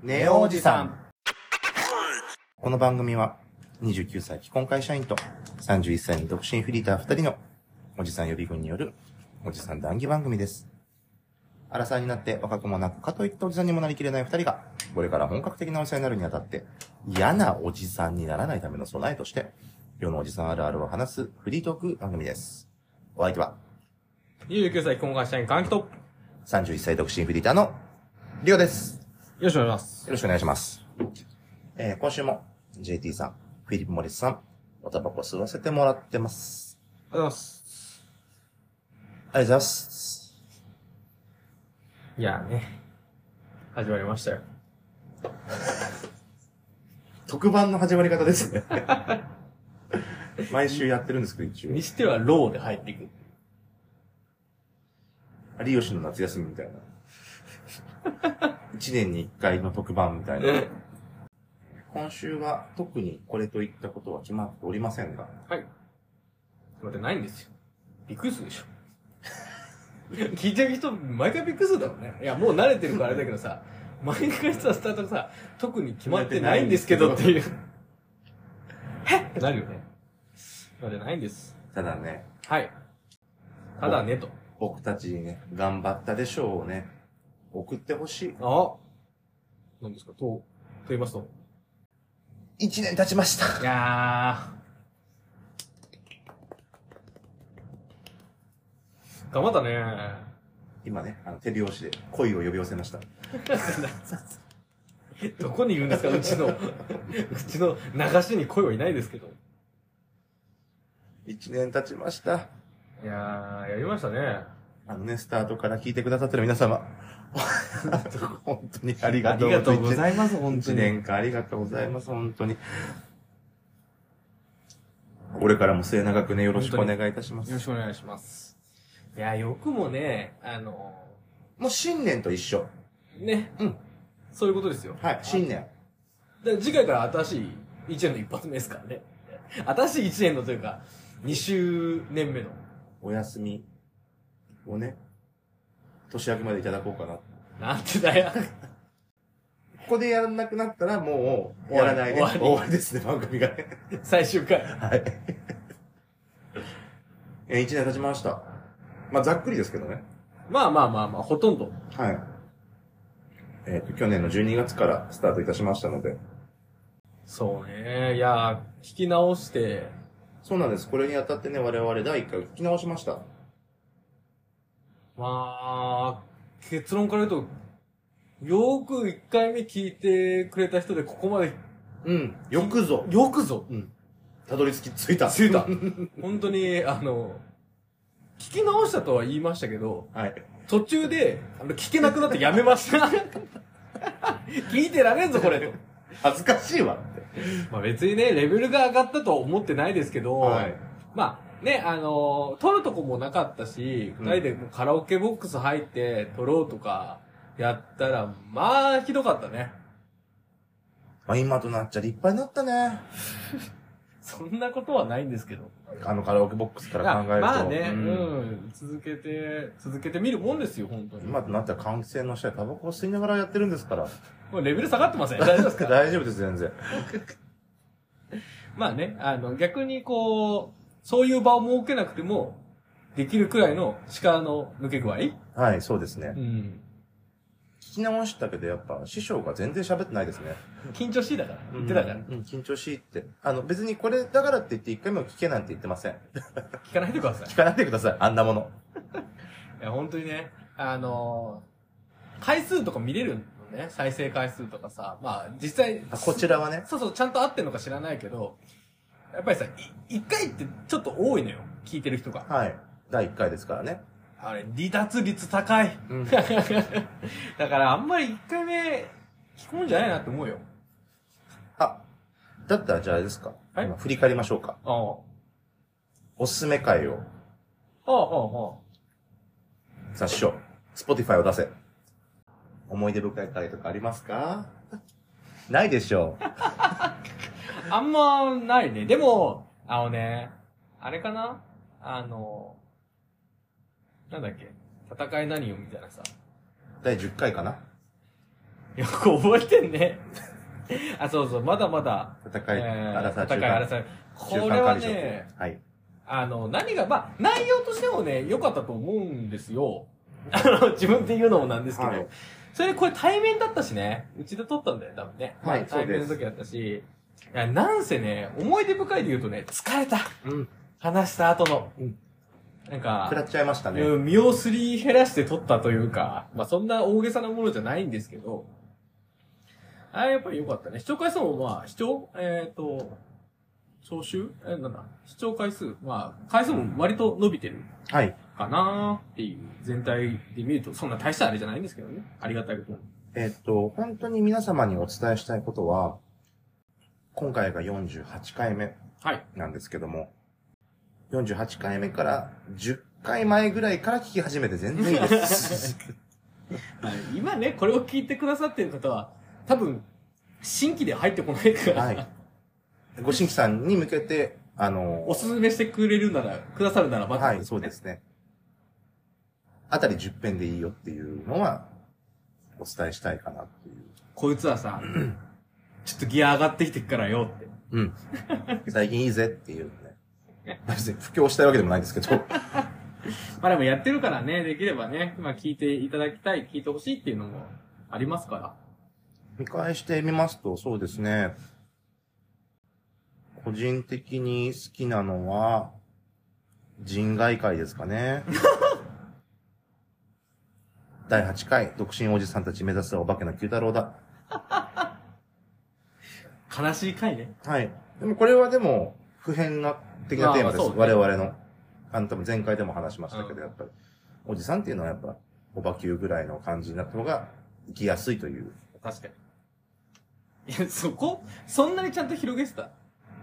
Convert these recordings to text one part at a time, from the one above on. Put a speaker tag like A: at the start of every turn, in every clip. A: ネオおじさん。この番組は、29歳非婚会社員と、31歳の独身フリーター2人の、おじさん予備軍による、おじさん談義番組です。アラサーになって若くもなくかといっておじさんにもなりきれない2人が、これから本格的なおじさんになるにあたって、嫌なおじさんにならないための備えとして、世のおじさんあるあるを話すフリートーク番組です。お相手は、
B: 29歳、今回社員、換気と。よ
A: 31歳独身フリーターの、りょうです。
B: ろしくお願いします。
A: よろしくお願いします。えー、今週も JT さん、フィリップ・モリスさん、おタバコ吸わせてもらってます。
B: ありがとうございます。
A: ありがとうございます。
B: いやーね。始まりましたよ。
A: 特番の始まり方ですね。 毎週やってるんですけど、一
B: にしてはローで入っていく。
A: 応。有吉の夏休みみたいな。一年に一回の特番みたいな。今週は特にこれといったことは決まっておりませんが、
B: はい。まってないんですよ。びっくりするでしょ。 聞いてる人、毎回びっくりするだろうね。いや、もう慣れてるからあれだけどさ、毎回さ、スタートがさ、特に決まってないんですけどっていう。へっってなるよね。までないんです。
A: ただね、
B: はい。ただねと。
A: 僕たちにね、頑張ったでしょうをね、送ってほしい。
B: あ何ですかと、と言いますと。
A: 一年経ちました。
B: いやー。頑張ったね
A: 今ね、あの手拍子で恋を呼び寄せました。
B: どこにいるんですかう ちの、うちの流しに声はいないですけど。
A: 一年経ちました。
B: いやー、やりましたね。
A: あのね、スタートから聞いてくださってる皆様。 本当にあり
B: あ
A: がと
B: り
A: う
B: がとうございます、本当
A: 一
B: に。
A: 年間ありがとうございます、本当に。これからも末永くね、よろしくお願いいたしま
B: よろ
A: す。
B: しくお願いします。いやー、よくもね、あの
A: もう新年と一緒。
B: ー、ね、
A: うん。
B: そういうことですよ。
A: はい、新年。
B: で次回から新しい1年の一発目ですからね。新しい1年のというか、2周年目の。
A: お休みをね、年明けまでいただこうかな。こ
B: なんてだよ。
A: こでやらなくなったらもう、やらないで、
B: 終わり
A: 終わりですね、番組がね。
B: 最終回。
A: はい。え、一年経ちました。まあ、ざっくりですけどね。
B: まあまあまあまあ、ほとんど。
A: はい。えっ、と、去年の12月からスタートいたしましたので。
B: そうね。いやー、聞き直して、
A: そうなんです。これにあたってね、我々第1回聞き直しました。
B: まあ、結論から言うと、よーく1回目聞いてくれた人でここまで、
A: うん。よくぞ。
B: よくぞ
A: うん。たどり着き着いた。
B: ついた。本当に、あの、聞き直したとは言いましたけど、
A: はい。
B: 途中で、あの、聞けなくなってやめました。 聞いてられんぞ、これと。
A: 恥ずかしいわって。
B: まあ別にね、レベルが上がったとは思ってないですけど、
A: はい
B: まあね、あのー撮るとこもなかったし、
A: う
B: 二
A: ん
B: 人でもうカラオケボックス入って撮ろうとか、やったら、まあ、ひどかったね。
A: まあ、今となっちゃ立派になったね。
B: そんなことはないんですけど。
A: あのカラオケボックスから考えると。
B: まあね、う
A: うん
B: ん、続けて、続けてみるもんですよ、本当に。
A: 今となったら換気扇の下でタバコを吸いながらやってるんですから。
B: もうレベル下がってません。大丈夫ですか
A: 大丈夫です、全然。
B: まあね、あの、逆にこう、そういう場を設けなくても、できるくらいの力の抜け具合
A: はい、そうですね
B: う。ん。
A: 聞き直したけど、やっぱ、師匠が全然喋ってないですね。
B: 緊張しいだから。言ってたから
A: うん。うん緊張しいって。あの、別にこれだからって言って一回目も聞けなんて言ってません。
B: 聞かないでください。
A: 聞かないでください、あんなもの。
B: いや、本当にね、あのー回数とか見れるのね、再生回数とかさ、まあ、実際、
A: あこちらはね。
B: そうそう、ちゃんと合ってんのか知らないけど、やっぱりさ、い一回ってちょっと多いのよ、聞いてる人が。
A: はい。第1回ですからね。
B: あれ、離脱率高い。
A: うん
B: だから、あんまり一回目、聞くもんじゃないなって思うよ。
A: あ、だったらじゃああれですか。
B: はい
A: 今振り返りましょうか。
B: ああ。
A: おすすめ回を、
B: ああ、あ
A: さあ、師匠、Spotify を出せ。思い出深い回とかありますかないでしょう。
B: あ。あんまないね。でも、あのね、あれかなあの、なんだっけ戦い何よみたいなさ。
A: 第10回かな
B: よく覚えてんね。あ、そうそう、まだまだ。
A: 戦い、
B: えー
A: 荒さ中
B: 戦い
A: 間
B: 争い。こ
A: 中
B: れ
A: 間
B: は
A: 管理職
B: ね、
A: はい。
B: あの、何が、まあ、内容としてもね、良かったと思うんですよ。あの、自分で言うのもなんですけど。
A: はい
B: それ、これ対面だったしね。うちで撮ったんだよ、多分ね。
A: はい
B: まあ
A: そう
B: 対面
A: です
B: の時だったし。いや、なんせね、思い出深いで言うとね、疲れた。
A: うん。
B: 話した後の。
A: うん
B: なんか、
A: 食らっちゃいましたね。
B: うん身をすり減らして撮ったというか、まあそんな大げさなものじゃないんですけど、あれやっぱり良かったね。視聴回数もまあ、視聴、えっ、と、聴衆え、なんだ、視聴回数、まあ、回数も割と伸びてる
A: はい。
B: かなーっていう、全体で見ると、そんな大したあれじゃないんですけどね。ありがたいことに。
A: えっと、本当に皆様にお伝えしたいことは、今回が48回目
B: はい。
A: なんですけども、48回目から10回前ぐらいから聞き始めて全然いい です。
B: はい今ね、これを聞いてくださってる方は、多分、新規で入ってこないから、
A: はい。ご新規さんに向けて、あの、
B: おすすめしてくれるなら、くださるならば、
A: はい、そうですね。あたり10編でいいよっていうのは、お伝えしたいかなっていう。
B: こいつはさ、ちょっとギア上がってきてっからよって。
A: うん。 最近いいぜっていうね。別に布教したいわけでもないんですけど。
B: まあでもやってるからね、できればね、まあ聞いていただきたい、聞いてほしいっていうのもありますから。
A: 見返してみますと、そうですね。個人的に好きなのは、人外界ですか ね。第8回、独身おじさんたち目指すお化けの九太郎だ。
B: 悲しい回ね。
A: はい。でもこれはでも、普遍な的なテーマです。
B: まあそうね
A: 我々の。あの、多分前回でも話しましたけど、やっぱり、おじさんっていうのはやっぱ、おばきゅうぐらいの感じになった方が、生きやすいという。
B: 確かに。いや、そこ、そんなにちゃんと広げてた。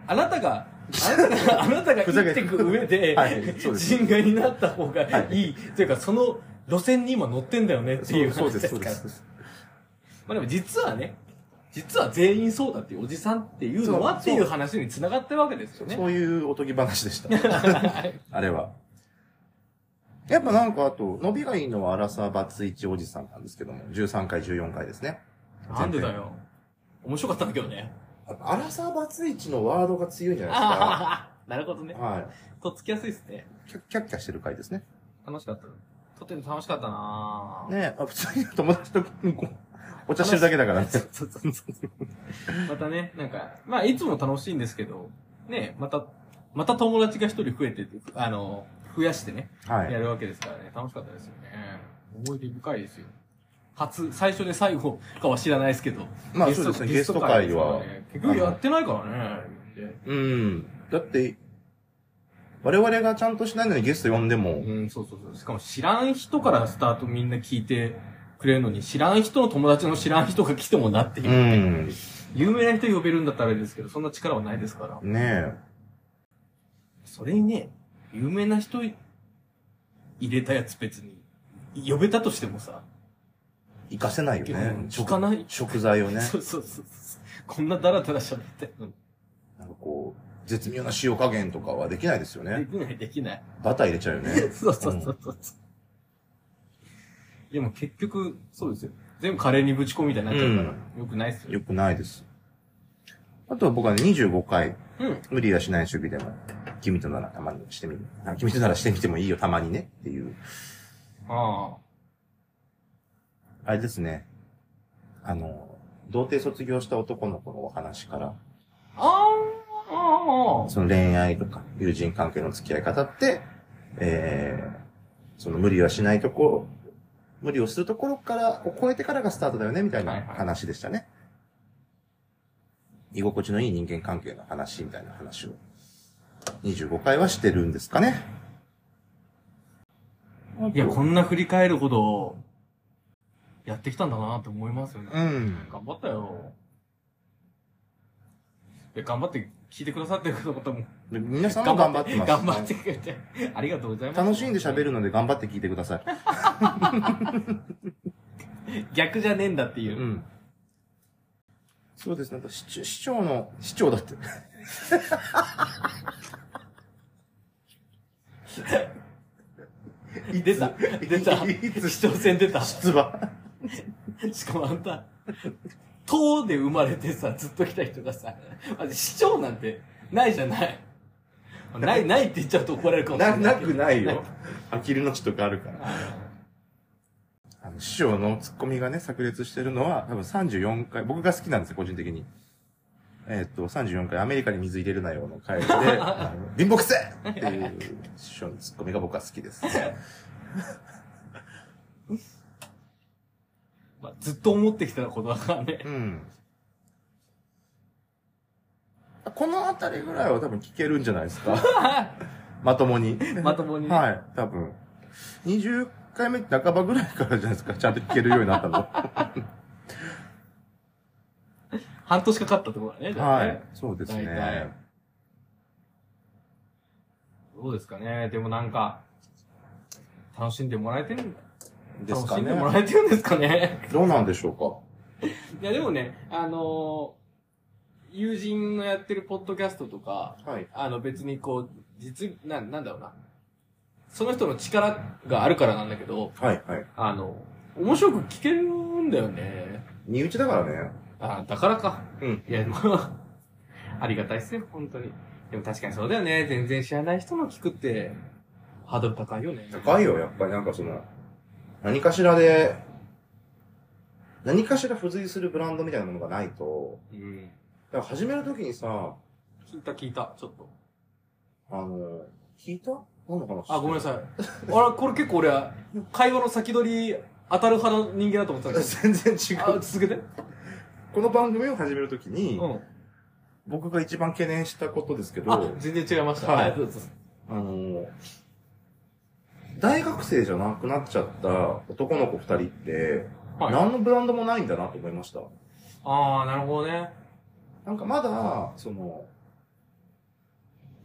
B: あなたが、あなた が、あなたが
A: ふざ
B: 生
A: け
B: きていく上で、
A: はいそうです
B: 人外になった方がいい。というか、その路線に今乗ってんだよねっていう
A: そう
B: 話
A: で、
B: です
A: そ
B: す
A: う
B: か
A: で
B: ら。
A: す。
B: まあでも実はね、実は全員そうだっていうおじさんっていうのはって
A: そう
B: いう話に繋がってるわけですよね。
A: そういうおとぎ話でした。
B: はい
A: あれは。やっぱなんかあと、伸びがいいのは荒沢バツイチおじさんなんですけども、13回、14回ですね。
B: なんでだよ。面白かったんだけどね。
A: 前編。荒沢バツイチのワードが強いんじゃな
B: なるほど
A: いで
B: ね
A: す。か。はい。
B: とっつきやすいですね。
A: キャッキャッキャしてる回ですね。
B: 楽しかった。とっても楽しかったなぁ。
A: ねえ、あ普通に友達とこうお茶してるだけだからね。
B: またね、なんか、まあいつも楽しいんですけど、ね、また、また友達が一人増えて、あの、増やしてね、
A: は
B: や
A: い。
B: るわけですからね、楽しかったですよね。思い出深いですよ。初、最初で最後かは知らないですけど。
A: まあそうですね、ゲスト会は
B: ゲ。スト会ですからね結局やってないからね。
A: うん。だって、我々がちゃんとしないのにゲスト呼んでも、
B: うん、そうそうそう。しかも知らん人からスタートみんな聞いてくれるのに、知らん人の友達の知らん人が来てもなっていう
A: ん。
B: う。有名な人呼べるんだったらあれですけど、そんな力はないですから。
A: ね
B: それにね、有名な人い入れたやつ別に、呼べたとしてもさ、
A: え、活かせないよね
B: うん。
A: 食
B: 聞かない
A: 食材をね。
B: そうそうそうそう。こんなダラダラ喋って、うん、
A: なんかこう、絶妙な塩加減とかはできないですよ
B: で
A: ね。
B: きないできない。
A: バター入れちゃうよ ね。
B: そうそうそうそう。でも結局、そうですよ。全部カレーにぶち込みみたいになっちゃうから、よくないっすよ。
A: よくないです。あとは僕はね、25回、
B: うん。
A: 無理はしない守備でも、君とならたまにしてみる。あ君とならしてみてもいいよ、たまにね。っていう。
B: ああ。
A: あれですね。あの、童貞卒業した男の子のお話から、
B: あーあー、
A: その恋愛とか友人関係の付き合い方って、えー、その無理はしないところ、無理をするところから、を超えてからがスタートだよね、みたい
B: は
A: ない
B: はい
A: 話でしたね。居心地のいい人間関係の話みたいな話を、25回はしてるんですかね。
B: いや、こんな振り返るほど、やってきたんだなって思いますよね。
A: うん。
B: 頑張ったよ。いや頑張って聞いてくださってる方も。
A: で皆さんも頑張ってます。
B: 頑張ってくれて。ありがとうございます。
A: 楽しんで喋るので頑張って聞いてください。
B: 逆じゃねえんだっていうう。
A: ん。そうですね。あと市長市長の、市長だって。
B: 出た。出た。
A: いつ
B: 市長選出た。
A: 出馬。
B: しかもあんた、党で生まれてさ、ずっと来た人がさ、まず市長なんてないじゃない。ない、ないって言っちゃうと怒られるかもしれ
A: な、
B: ない。
A: なくないよ。 あきるのちとかあるから。あの、師匠のツッコミがね、炸裂してるのは、多分34回、僕が好きなんですよ、個人的に。えーっと、34回、アメリカに水入れるなよの回で、 あの貧乏くせえっていう師匠のツッコミが僕は好きです。
B: まあ、ずっと思ってきたことだからね。
A: うん。このあたりぐらいは多分聞けるんじゃないですか。 まともに。
B: まともにね
A: はい、多分。20回目半ばぐらいからじゃないですか、 ちゃんと聞けるようになったの。
B: 半年かかったところだね、じゃあ
A: は
B: ね。
A: い。そうです
B: 大体
A: ね。
B: どうですかね。でもなんか、楽しんでもらえてるん
A: ですか
B: 楽しんでも
A: ね。
B: らえてるんですかね。
A: どうなんでしょ
B: いや、でもね、あのー友人のやってるポッドキャストとか、
A: うか。はい。
B: あの別にこう、実、な、なんだろうな。その人の力があるからなんだけど、
A: はい、はい。
B: あの、面白く聞けるんだよね。
A: 身内だからね。
B: あ、だからか。
A: うん。
B: いや、まあ、 ありがたいっすね、本当に。でも確かにそうだよね。全然知らない人の聞くって、ハードル高いよね。
A: 高いよ、やっぱりなんかその、何かしらで、何かしら付随するブランドみたいなものがないと、
B: うん。
A: だから始めるときにさ、
B: 聞いた聞いた、ちょっと。
A: あの、聞いた何の話
B: あ、ごめんな
A: さ
B: さい。あれ、これ結構俺は、会話の先取り当たる派の人間だと思ってたけ
A: 全然違
B: ど。あ、
A: う。
B: 続けて。
A: この番組を始めるときに、
B: うん。
A: 僕が一番懸念したことですけど、
B: あ、全然違いました。
A: は
B: はいい、どうぞ。
A: あの、大学生じゃなくなっちゃった男の子二人って、
B: はい
A: 何のブランドもないんだなと思いました。
B: あー、なるほどね。
A: なんかまだ、その、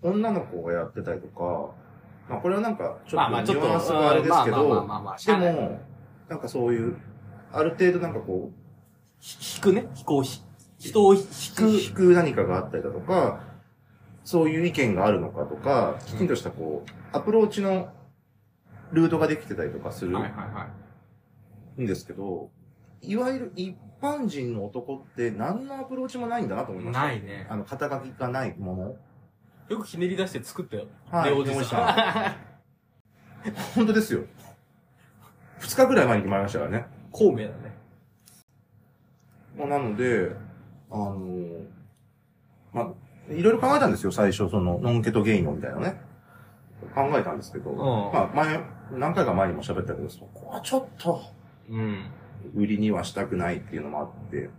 A: 女の子がやってたりとか、まあこれはなんか、ちょ
B: まあまあ
A: っと
B: ち
A: ニ
B: ょっと
A: ュアンスがあれですけ
B: うんまあまあまあまあま
A: ど
B: あ、し
A: で
B: ゃあない
A: も、なんかそういう、ある程度なんかこう、
B: ひ引くね。飛行ひ、人を引く。
A: 引く何かがあったりだとか、そういう意見があるのかとか、きちんとしたこう、アプローチのルートができてたりとかする
B: はいはいはい。
A: んですけど、いわゆる一般人の男って何のアプローチもないんだなと思いました。
B: ないね。
A: あの、肩書きがないもの。
B: よくひねり出して作ったよ。
A: はい
B: で、おじ
A: でおじ
B: さん。
A: 本当ですよ。二日ぐらい前に決まりましたからね。
B: 孔明だね。
A: まあ、なので、あのーまあ、いろいろ考えたんですよ、最初、その、ノンケとゲイのみたいなね。考えたんですけど、まあ、前、何回か前にも喋ったけど、そこはちょっと、
B: うん。
A: 売りにはしたくないっていうのもあって、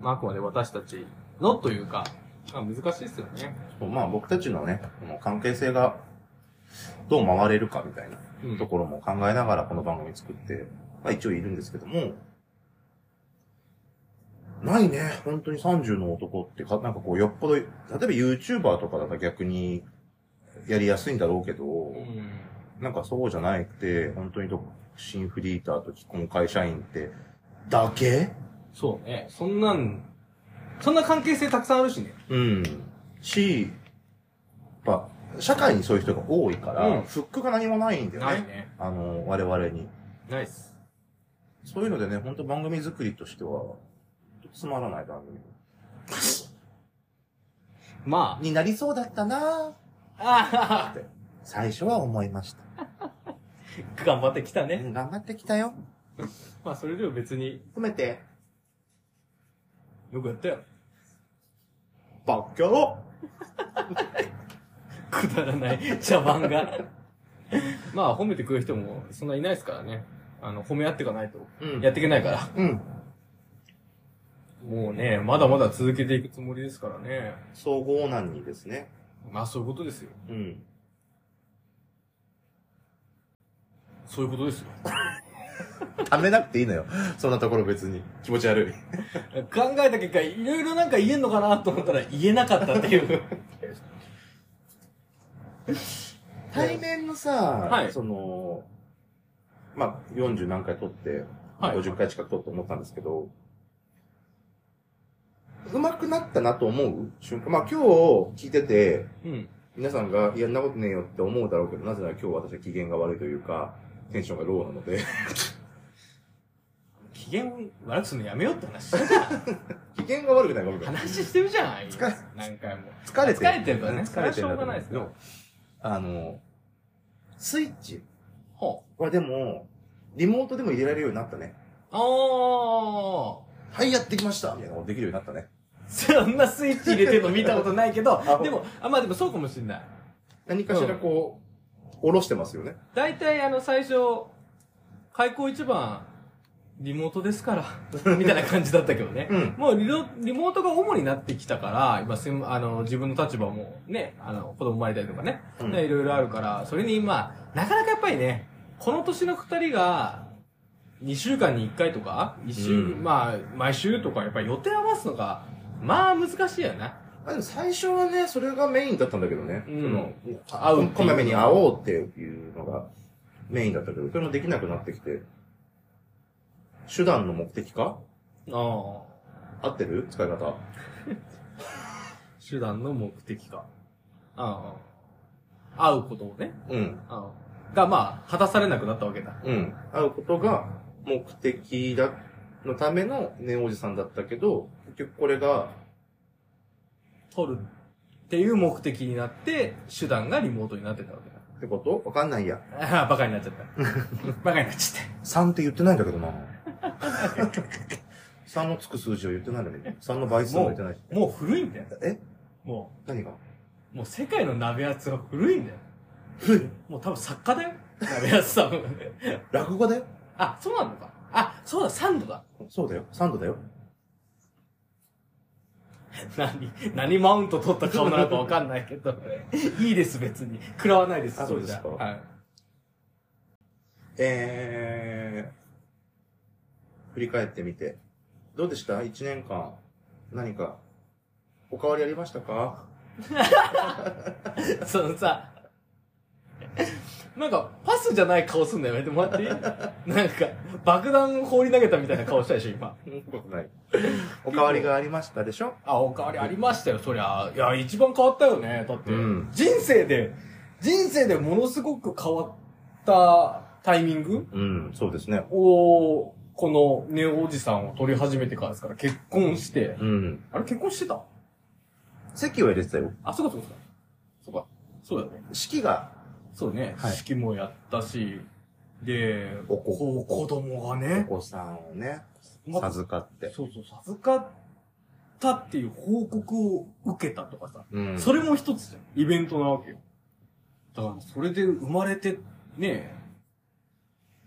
B: あくまで私たちのというか、まあ難しいですよね。
A: そうまあ、僕たちのね、この関係性が、どう回れるかみたいな。
B: うん
A: ところも考えながらこの番組作って、まあ一応いるんですけども、ないね。本当に30の男ってか、なんかこう、よっぽど、例えば YouTuber とかだったら逆にやりやすいんだろうけど、
B: うん。
A: なんかそうじゃなくて、本当に独身フリーターと既婚会社員って、だけ
B: そうね。そんなん、そんな関係性たくさんあるしね。
A: うん。し、やっぱ、社会にそういう人が多いから、
B: うん
A: フックが何もないんだよね。
B: ね。
A: あの、我々に。
B: ないっす。
A: そういうのでね、本当番組作りとしては、つまらない番組
B: ま
A: になりそうだったな
B: あ、あ
A: ぁって、最初は思いました。
B: あ、頑張ってきた
A: う
B: ね。
A: ん頑張ってきたよ。
B: まあそれでも別に、
A: 褒めて。
B: よくやったよ。
A: バッキャロ
B: くだらない茶番が。まあ褒めてくる人もそんないないですからね。あの、褒め合っていかないと。
A: うん
B: やっていけないから。
A: うん。
B: もうね、まだまだ続けていくつもりですからね。
A: 総合難にですね。
B: まあそういうことですよ。
A: うん。
B: そういうことですよ。
A: ためなくていいのよ。そんなところ別に。気持ち悪い。
B: 考えた結果、いろいろなんか言えんのかなと思ったら言えなかったっていう。
A: 対面のさ、
B: はい
A: その、まあ、40何回撮って、
B: はい
A: 50回近く撮って思ったんですけど、上手くなったなと思う瞬間。まあ、今日聞いてて、
B: うん。
A: 皆さんが、いや、んなことねえよって思うだろうけど、なぜなら今日私は機嫌が悪いというか、テンションがローなので。
B: 機嫌悪くするのやめようって話してた
A: 機嫌が悪くないか僕は
B: 話してるじゃん。
A: 疲れ
B: 何回も。
A: 疲れてる。
B: 疲れてるからね
A: うん疲れてるんだと思
B: それはしょうがないです
A: でも、あの、スイッチ
B: ほ
A: はでも、リモートでも入れられるようになったね。
B: う。ああ。
A: はい、やってきましたみたいなことできるようになったね。
B: そんなスイッチ入れてるの見たことないけど
A: あ、
B: でも、あ、まあでもそうかもしんない。
A: 何かしらこう、下ろしてますよね。
B: 大体あの最初、開口一番、リモートです から、みたいな感じだったけどね。
A: うん
B: もうリロリモートが主になってきたから、今すん、あの、自分の立場もね、あの、子供生まれたりとかね、
A: うん
B: ねいろいろあるから、それに今、なかなかやっぱりね、この年の二人が、2週間に1回とか、1週、
A: うん
B: まあ、毎週とか、やっぱり予定合わすのが、まあ難しいよな。
A: あでも最初はね、それがメインだったんだけどね。
B: うん
A: その
B: 会うっていう
A: こまめに会おうっていうのがメインだったけど、それもできなくなってきて。手段の目的か
B: ああ。
A: 合ってる使い方。
B: 手段の目的か。ああ。会うことをね。
A: うん。
B: ああが、まあ、果たされなくなったわけだ。
A: うん。会うことが目的だ、のためのねおじさんだったけど、結局これが、
B: 取るっていう目的になって、手段がリモートになってたわけだ。
A: ってことわかんないや。
B: ああ、バカになっちゃ った。バカになっちゃっ
A: 3って言ってないんだけどな。3のつく数字を言ってないんだけど、3の倍数も言ってないし。
B: た。もう古いんだよ。
A: え
B: も
A: 何が
B: う、もう世界の鍋厚は古いんだよ。もう多分作家だよ。鍋厚さん。
A: 落語だよ
B: あ、そうなのか。あ、そうだ、サンドだ。
A: そうだよ。3度だよ。
B: 何、何マウント取った顔なのかわかんないけど。 いいです、別に。食らわないです、
A: あ
B: れじゃ
A: そうですか
B: はい。
A: えー、振り返ってみて、どうでした ?1 年間、何か、お変わりありましたか
B: そのさ、なんか、パスじゃない顔すんだよ、やめてもらっていいなんか、爆弾放り投げたみたいな顔したでしょ、今。
A: そんなことない。お変わりがありましたでしょ
B: あ、おかわりありましたよ、そりゃ。いや、一番変わったよね、だって。
A: うん
B: 人生で、人生でものすごく変わったタイミング
A: うん、そうですね。
B: を、このネオおじさんを取り始めてからですから、結婚して。
A: うん。
B: あれ、結婚してた
A: 席を入れてたよ。
B: あ、そうかそうかそうか。そうか。そうだよね。
A: 式が、
B: そうね。
A: はい
B: 式もやったし、で、
A: お子
B: こう子供がね、
A: お子さんをね、
B: ま
A: 授かって。
B: そうそう、授かったっていう報告を受けたとかさ、
A: うん。
B: それも一つじゃん。イベントなわけよ。だから、それで生まれて、ねえ、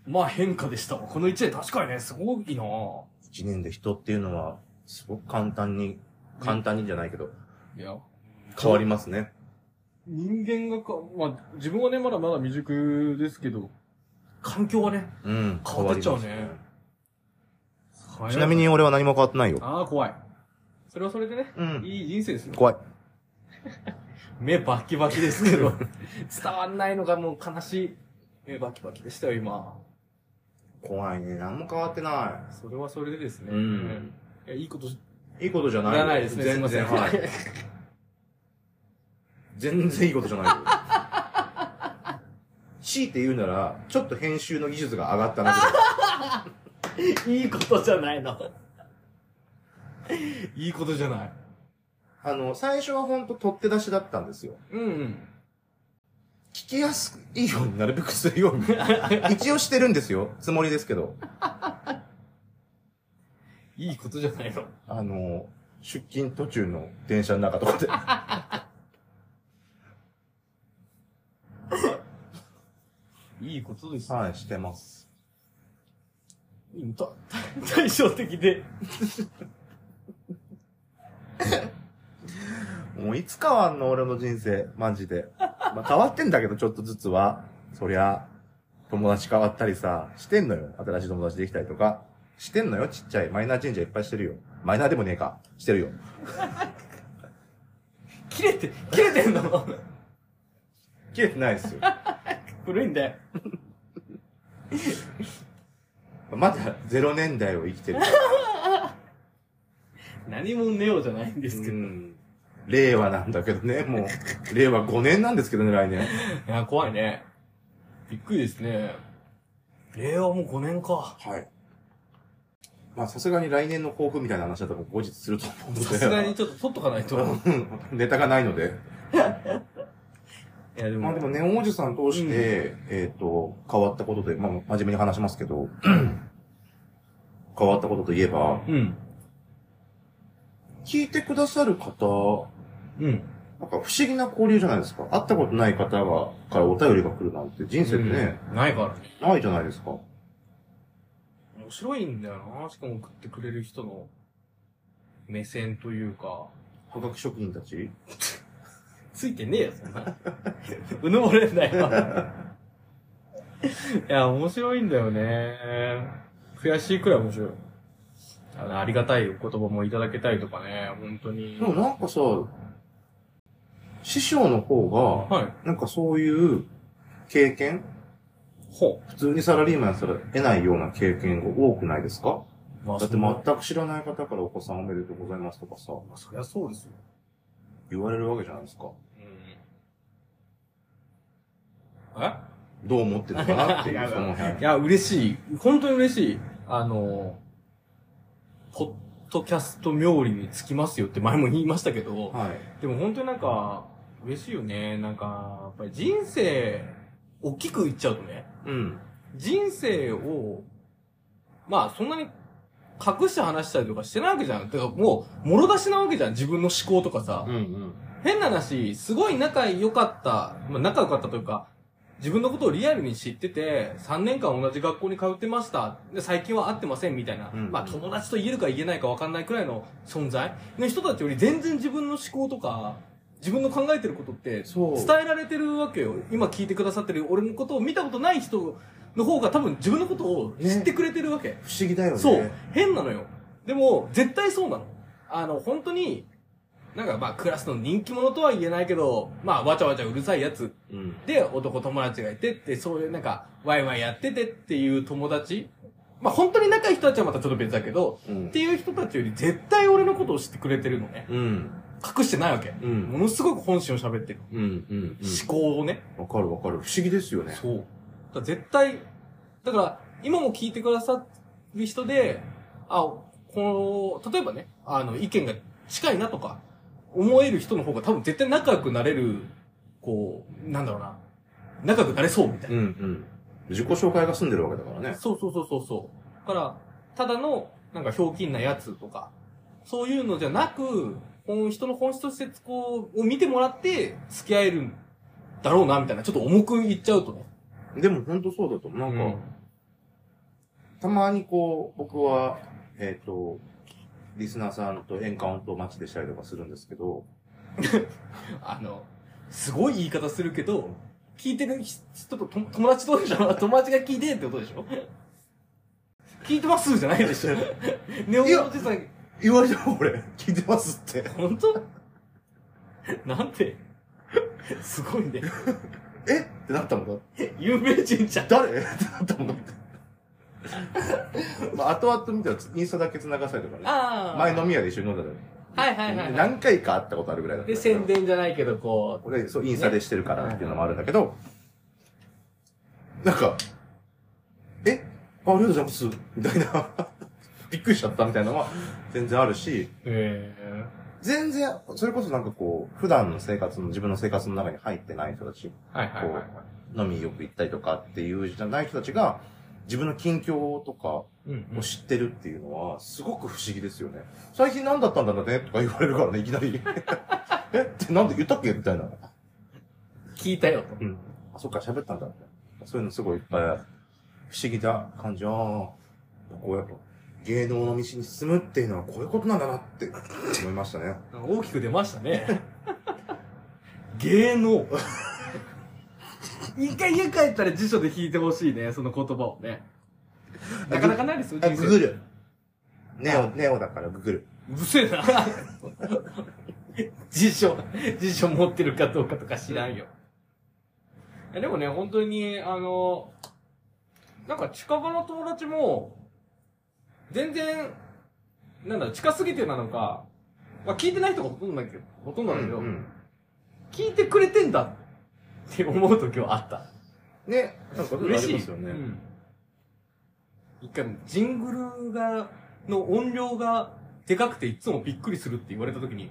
B: まあ変化でしたわ。この一年確かにね、すごいなぁ。
A: 1年で人っていうのは、すごく簡単に、簡単にじゃないけど、
B: いや、
A: 変わりますね。
B: 人間がか、まあ自分はね、まだまだ未熟ですけど、環境はね、
A: うん。
B: 変わってっちゃうね
A: 変わりますちなみに俺は何も変わってないよ。
B: ああ、怖い。それはそれでね、
A: うん
B: いい人生ですよ。
A: 怖い。
B: 目バキバキですけど、 伝わんないのがもう悲しい。目バキバキでしたよ、今。
A: 怖いね。何も変わってな
B: それはそれでですね。
A: うん
B: えいいことじ
A: い。いいことじゃない。
B: ゃないですね、
A: 全
B: すい
A: 然、
B: ま
A: は
B: せん。
A: い。全然いいことじゃないよ。 強いて言うなら、ちょっと編集の技術が上がったなぐら い。
B: いいことじゃないの。いいことじゃない。
A: あの、最初はほんと取って出しだったんですよ。
B: うんうん。
A: 聞きやすいようになるべくする ように。一応してるんですよ。つもりですけど。
B: いいことじゃないの。
A: あの、出勤途中の電車の中とかで。
B: いいことです。
A: はい、してます。
B: うんた対照的で。
A: もういつ変わんの俺の人生、マジで。まあ、変わってんだけど、ちょっとずつは。そりゃ、友達変わったりさ、してんのよ。新しい友達できたりとか。してんのよ、ちっちゃい。マイナー神社いっぱいしてるよ。マイナーでもねえか。してるよ。
B: 切れて、切れてんの
A: 切れてないですよ。
B: 古いんだよ。
A: まだ0年代を生きてるから。
B: 何もネオじゃないんで
A: う
B: すけど。
A: ん。令和なんだけどね、もう。令和5年なんですけどね、来年。
B: いや、怖いね。びっくりですね。令和も5年か。
A: はい。まあさすがに来年の抱負みたいな話だったら後日すると思うので。
B: さすがにちょっと取っとかないと。 い
A: うん ネタがないので。
B: や、で
A: まあでもね、王子さん通して、えっ、と、変わったことで、まあ真面目に話しますけど、変わったことといえば、
B: うん。
A: 聞いてくださる方、
B: うん。
A: なんか不思議な交流じゃないですか。会ったことない方が、からお便りが来るなんて人生でね、
B: うんないからね。
A: ないじゃないですか。
B: 面白いんだよな。しかも送ってくれる人の目線というか、
A: はがき職人たち。
B: ついてねえよ、そんな。うぬぼれん だよ。いや、面白いんだよね。悔しいくらい面白い。あのありがたいお言葉もいただけたりとかね、本当に
A: で。もなんかさ、師匠の方が、
B: はい。
A: なんかそういう経験、
B: ほ
A: 普通にサラリーマンやったら得ないような経験が多くないですか
B: う。ま
A: だって
B: ま
A: 全く知らない方からお子さんおめでとうございますとかさ、
B: あ、そりゃそうですよ。
A: 言われるわけじゃないですか。
B: うん。え
A: どう思ってるのかなってい う、その
B: い
A: 辺。
B: や、嬉しい。本当に嬉しい。あの、ポッドキャスト冥利につきますよって前も言いましたけど、
A: はい。
B: でも本当になんか、嬉しいよね。なんか、やっぱり人生、大きく言っちゃうとね、
A: うん。
B: 人生を、まあそんなに隠して話したりとかしてないわけじゃん。てかもう、もろ出しなわけじゃん。自分の思考とかさ。
A: うんうん。
B: 変な話、すごい仲良かった、まあ、仲良かったというか、自分のことをリアルに知ってて、3年間同じ学校に通ってました。で、最近は会ってませんみたいな。
A: うんうん
B: まあ、友達と言えるか言えないか分かんないくらいの存在の人たちより全然自分の思考とか、自分の考えてることって、
A: そう
B: 伝えられてるわけよ。今聞いてくださってる俺のことを見たことない人の方が多分自分のことを知ってくれてるわけ。
A: 不思議だよね。
B: そう。変なのよ。でも、絶対そうなの。あの、本当に、なんかまあ、クラスの人気者とは言えないけど、まあ、わちゃわちゃうるさいやつ
A: うん。
B: で、男友達がいてって、そういうなんか、ワイワイやっててっていう友達。まあ、本当に仲いい人たちはまたちょっと別だけど、
A: う
B: っ
A: ん
B: て。いう人たちより絶対俺のことを知ってくれてるのね。
A: うん。
B: 隠してないわけ。
A: うん
B: ものすごく本心を喋ってる。
A: うん。うん。
B: 思考をね。
A: わかるわかる。不思議ですよね。
B: そう。だから絶対、だから、今も聞いてくださる人で、あ、この、例えばね、あの、意見が近いなとか、思える人の方が多分絶対仲良くなれる、こう、なんだろうな、仲良くなれそうみたいな。
A: うんうん。自己紹介が済んでるわけだからね。
B: そうそうそうそうそう。だから、ただの、なんか、ひょうきんなやつとか、そういうのじゃなく、この人の本質として、こう、を見てもらって、付き合えるんだろうな、みたいな。ちょっと重く言っちゃうとね。
A: でも本当そうだと思う。なんか、
B: うん
A: たまにこう、僕は、えっ、と、リスナーさんとエンカウントマッチでしたりとかするんですけ ど、
B: あの、すごい言い方するけど、聞いてる人とと友達とでしょ 友達が聞いてってことでしょ聞いてますじゃないでしょネオおじさん、
A: 言われたも俺、聞いてますって。
B: 本当なんて、すごいね。
A: えってなったもんだって。
B: 有名人じゃん。
A: 誰 ってなったもんだって。まあ、後々見たらインスタだけ繋がされたからね。
B: ああ。
A: 前飲み屋で一緒に飲んだ
B: はいはい
A: ら、
B: はいはい。
A: 何回か会ったことあるぐらいだった。
B: で、宣。伝じゃないけど、こう。
A: 俺、そう、インスタでしてるからっていうのもあるんだけど、なんか、えあありがとうございます。みたいな。 びっくりしちゃったみたいなのは全然あるし、
B: え
A: 全然、それこそなんかこう、普段の生活の、自分の生活の中に入ってない人たち、
B: えはいはいはいはい。
A: 飲みよく行ったりとかっていうじゃない人たちが、自分の近況とか
B: うんう
A: を
B: ん。
A: 知ってるっていうのは、すごく不思議ですよね。最近何だったんだろうねとか言われるからね、いきなり。 えってなんで言ったっけみたいな。
B: 聞いたよと。
A: うん。あ、そっか、喋ったんだって。そういうのすごいいっぱいある不思議な感じ。ああ、こうやっぱ、芸能の道に進むっていうのはこういうことなんだなって思いましたね。
B: 大きく出ましたね。 芸能。 一回家帰ったら辞書で引いてほしいね、その言葉をね。なかなかないですよ、
A: あ、
B: 人生
A: ググる。ネオ、ネオだからググる。
B: うるせえな。 辞書、辞書持ってるかどうかとか知らんよ。いやでもね、本当に、あの、なんか近場の友達も、全然、なんだろう、近すぎてなのか、まあ聞いてない人がほとんどだけど、ほとんどだけど、
A: うん
B: 聞いてくれてんだって思う時はあった。
A: ね、なんか
B: 嬉しい。
A: ですよ
B: う
A: ね。
B: ん一回、ジングルがの音量がでかくていつもびっくりするって言われた時に、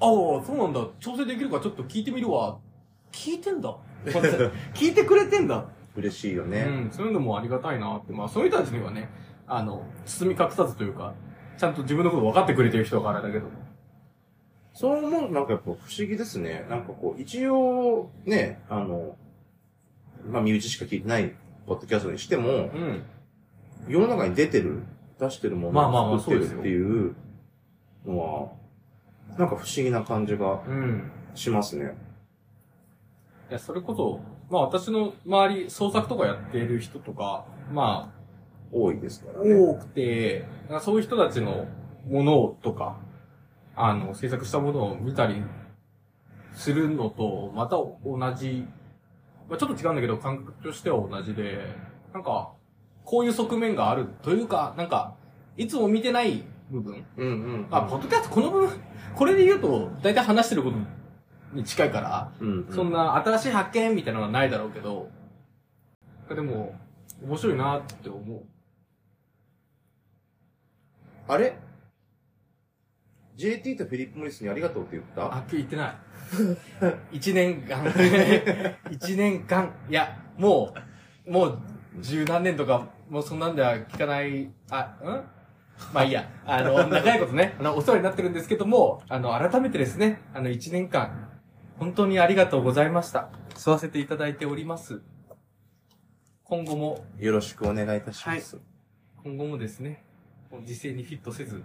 B: ああ、そうなんだ、調整できるからちょっと聞いてみるわ。聞い てんだ。聞いてくれてんだ。
A: 嬉しいよ
B: う
A: ね。
B: ん、そういうのもありがたいなって。まあ、そういう人たちにはね、あの、包み隠さずというか、ちゃんと自分のこと分かってくれてる人だからだけど。
A: そう思うとなんかやっぱ不思議ですね。なんかこう、一応、ね、あの、まあ、身内しか聞いてないポッドキャストにしても、
B: うん。
A: 世の中に出てる、出してるも
B: まあまあま
A: の
B: あ
A: を作ってるっていうのは、なんか不思議な感じが
B: うん。
A: しますね。
B: いや、それこそ、まあ私の周り、創作とかやってる人とか、まあ、
A: 多いですからね。
B: 多くて、なんかそういう人たちのものとか、あの、制作したものを見たりするのと、また同じ、まあちょっと違うんだけど、感覚としては同じで、なんか、こういう側面があるというか、なんか、いつも見てない部分、
A: うんうん。
B: まあ、ポッドキャストこの部分、これで言うと、大体話してることに近いから、
A: うんう
B: そんな新しい発見みたいなのはないだろうけど、でも、面白いなって思う。
A: あれ ?JT とフィリップ・モリスにありがとうって言った
B: あ、今日言ってない。 一年間。 一年間。いや、もう、もう、十何年とか、もうそんなんでは聞かない、あ、んまあいいや、あの、長いことね、あの、お世話になってるんですけども、あの、改めてですね、あの、一年間、本当にありがとうございました。吸わせていただいております。今後も、
A: よろしくお願いいたします。
B: 今後もですね、もう時勢にフィットせず、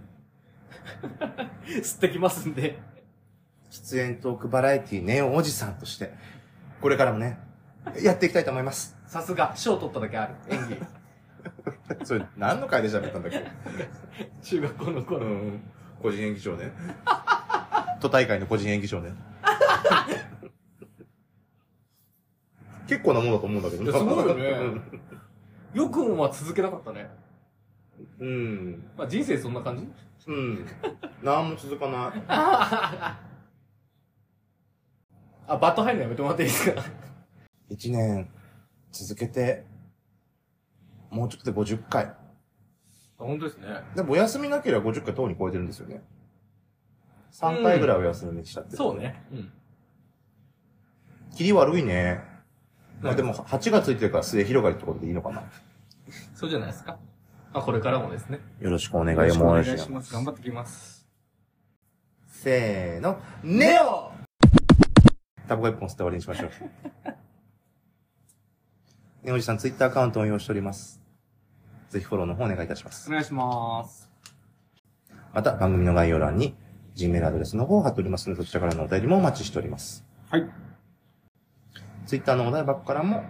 B: 吸ってきますんで、
A: 出演トークバラエティネオンおじさんとして、これからもね、やっていきたいと思います。
B: さすが、賞取っただけある、演技。
A: それ、何の回で喋ったんだっけ
B: 中学校の頃。
A: ん。個人演技 賞ね。都大会の個人演技賞ね。 結構なものだと思うんだけど
B: いやすごいよね。よくもまあ続けなかったね。
A: うん。
B: まあ人生そんな感じ
A: うん。何も続かない。
B: あ、バット入るのやめてもらっていいですか
A: 一年続けて、もうちょっとで50回。
B: 本当ですね。
A: でもお休みなければ50回とうに超えてるんですよね。3回ぐらいお休みにしたって。
B: そうね。うん。
A: 切り悪いね。まあでも、8がついてるから末広がりってことでいいのかな。
B: そうじゃないですか。まあこれからもですね。
A: よろしくお願
B: よ
A: い申
B: ろし
A: し
B: くお願
A: ま
B: い
A: す
B: し。ます。頑張ってきます。
A: せーの、ネオタバコ一本吸って終わりにしましょう。 ネオおじさん、ツイッターアカウントを運用しております。ぜひフォローの方お願いいたします。
B: 願いします。
A: また、番組の概要欄に Gmail アドレスの方を貼っておりますので、そちらからのお便りもお待ちしております。
B: はい。
A: ツイッターのお題箱からも、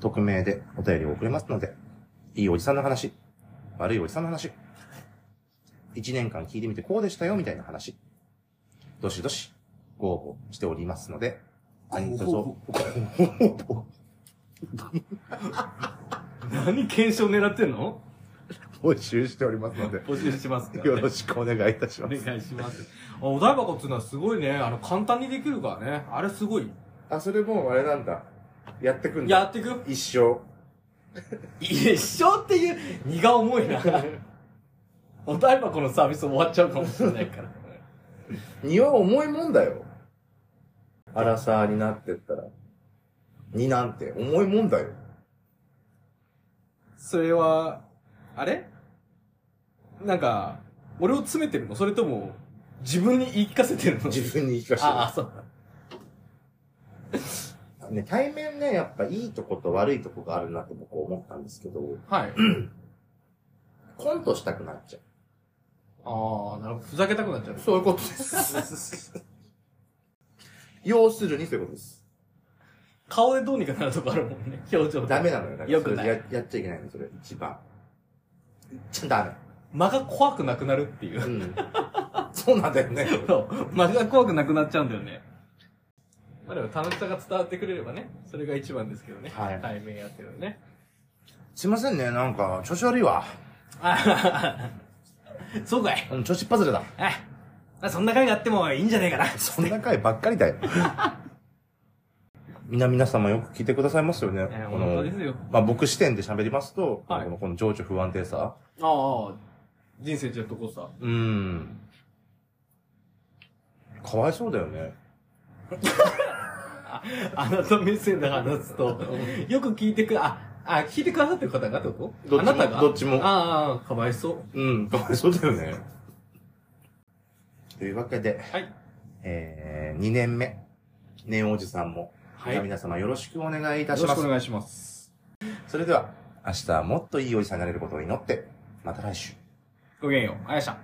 A: 匿名でお便りを送れますので、いいおじさんの話、悪いおじさんの話、一年間聞いてみてこうでしたよ、みたいな話、どしどし、ご応募しておりますので、何卒
B: ご応
A: ご応募、
B: 何検証狙ってんの
A: 募集しております ので、
B: 募集しますから、ね。
A: よろしくお願いいたし
B: お
A: ま
B: 願
A: す。
B: いします。あお台箱っていうのはすごいね。あの、簡単にできるからね。あれすごい。
A: あ、それもうあれなんだ。やってくんだ。
B: やっていくよ
A: 一生。
B: 一生っていう荷が重いな。お台箱のサービス終わっちゃうかもしれないから。
A: 荷は重いもんだよ。アラサーになってったら。荷なんて重いもんだよ。
B: それは、あれなんか、俺を詰めてるのそれとも、自分に言い聞かせてるの
A: 自分に言い聞
B: ああ、
A: か
B: そう。
A: せて。ね、対面ね、やっぱいいとこと悪いとこがあるなって僕思ったんですけど、
B: はい。
A: コントしたくなっちゃ
B: ああ、なるほど。ふざけたくなっちゃう
A: う。。そういうことです。要するにそういうことです。
B: 顔でどうにかなるとこあるもんね。表情で
A: ダメなのよ。だから
B: よくない
A: それややっちゃいけないの、それ。一番。ちゃダメ。
B: 間が怖くなくなるっていう
A: う。 ん。そうなんだよね。
B: そう。間が怖くなくなっちゃうんだよね。まあでも楽しさが伝わってくれればね、それが一番ですけどね。
A: はい
B: 対面やってるのね。
A: すいませんね、なんか、調子悪いわ。
B: あ そうかい。
A: うん、調子っぱずれだ。
B: あ まあそんな会があってもいいんじゃないかな。
A: そんな回ばっかりだよ。皆々様よく聞いてくださいますよね。
B: えー、
A: こ
B: 本当
A: の
B: で、すよ。
A: まあ、僕視点で喋りますと、
B: はい
A: このこの情緒不安定さ。
B: ああ、人生ジェットコースター。
A: うん。かわいそうだよね。
B: あなた目線で話すと、よく聞いてく、あ、あ、聞いてくださってる方がってこ
A: どっ
B: と
A: ち
B: あ
A: も
B: なたが
A: どっちも
B: ああ、かわいそう。
A: うん、かわいそうだよね。というわけで、
B: はい。
A: えー、2年目、ねおじさんも、
B: はい
A: 皆様よろしくお願いい
B: よ
A: たします。
B: 願いします。
A: それでは、明日もっといいおじさんになれることを祈って、また来週。
B: ごきげんよう。あやした。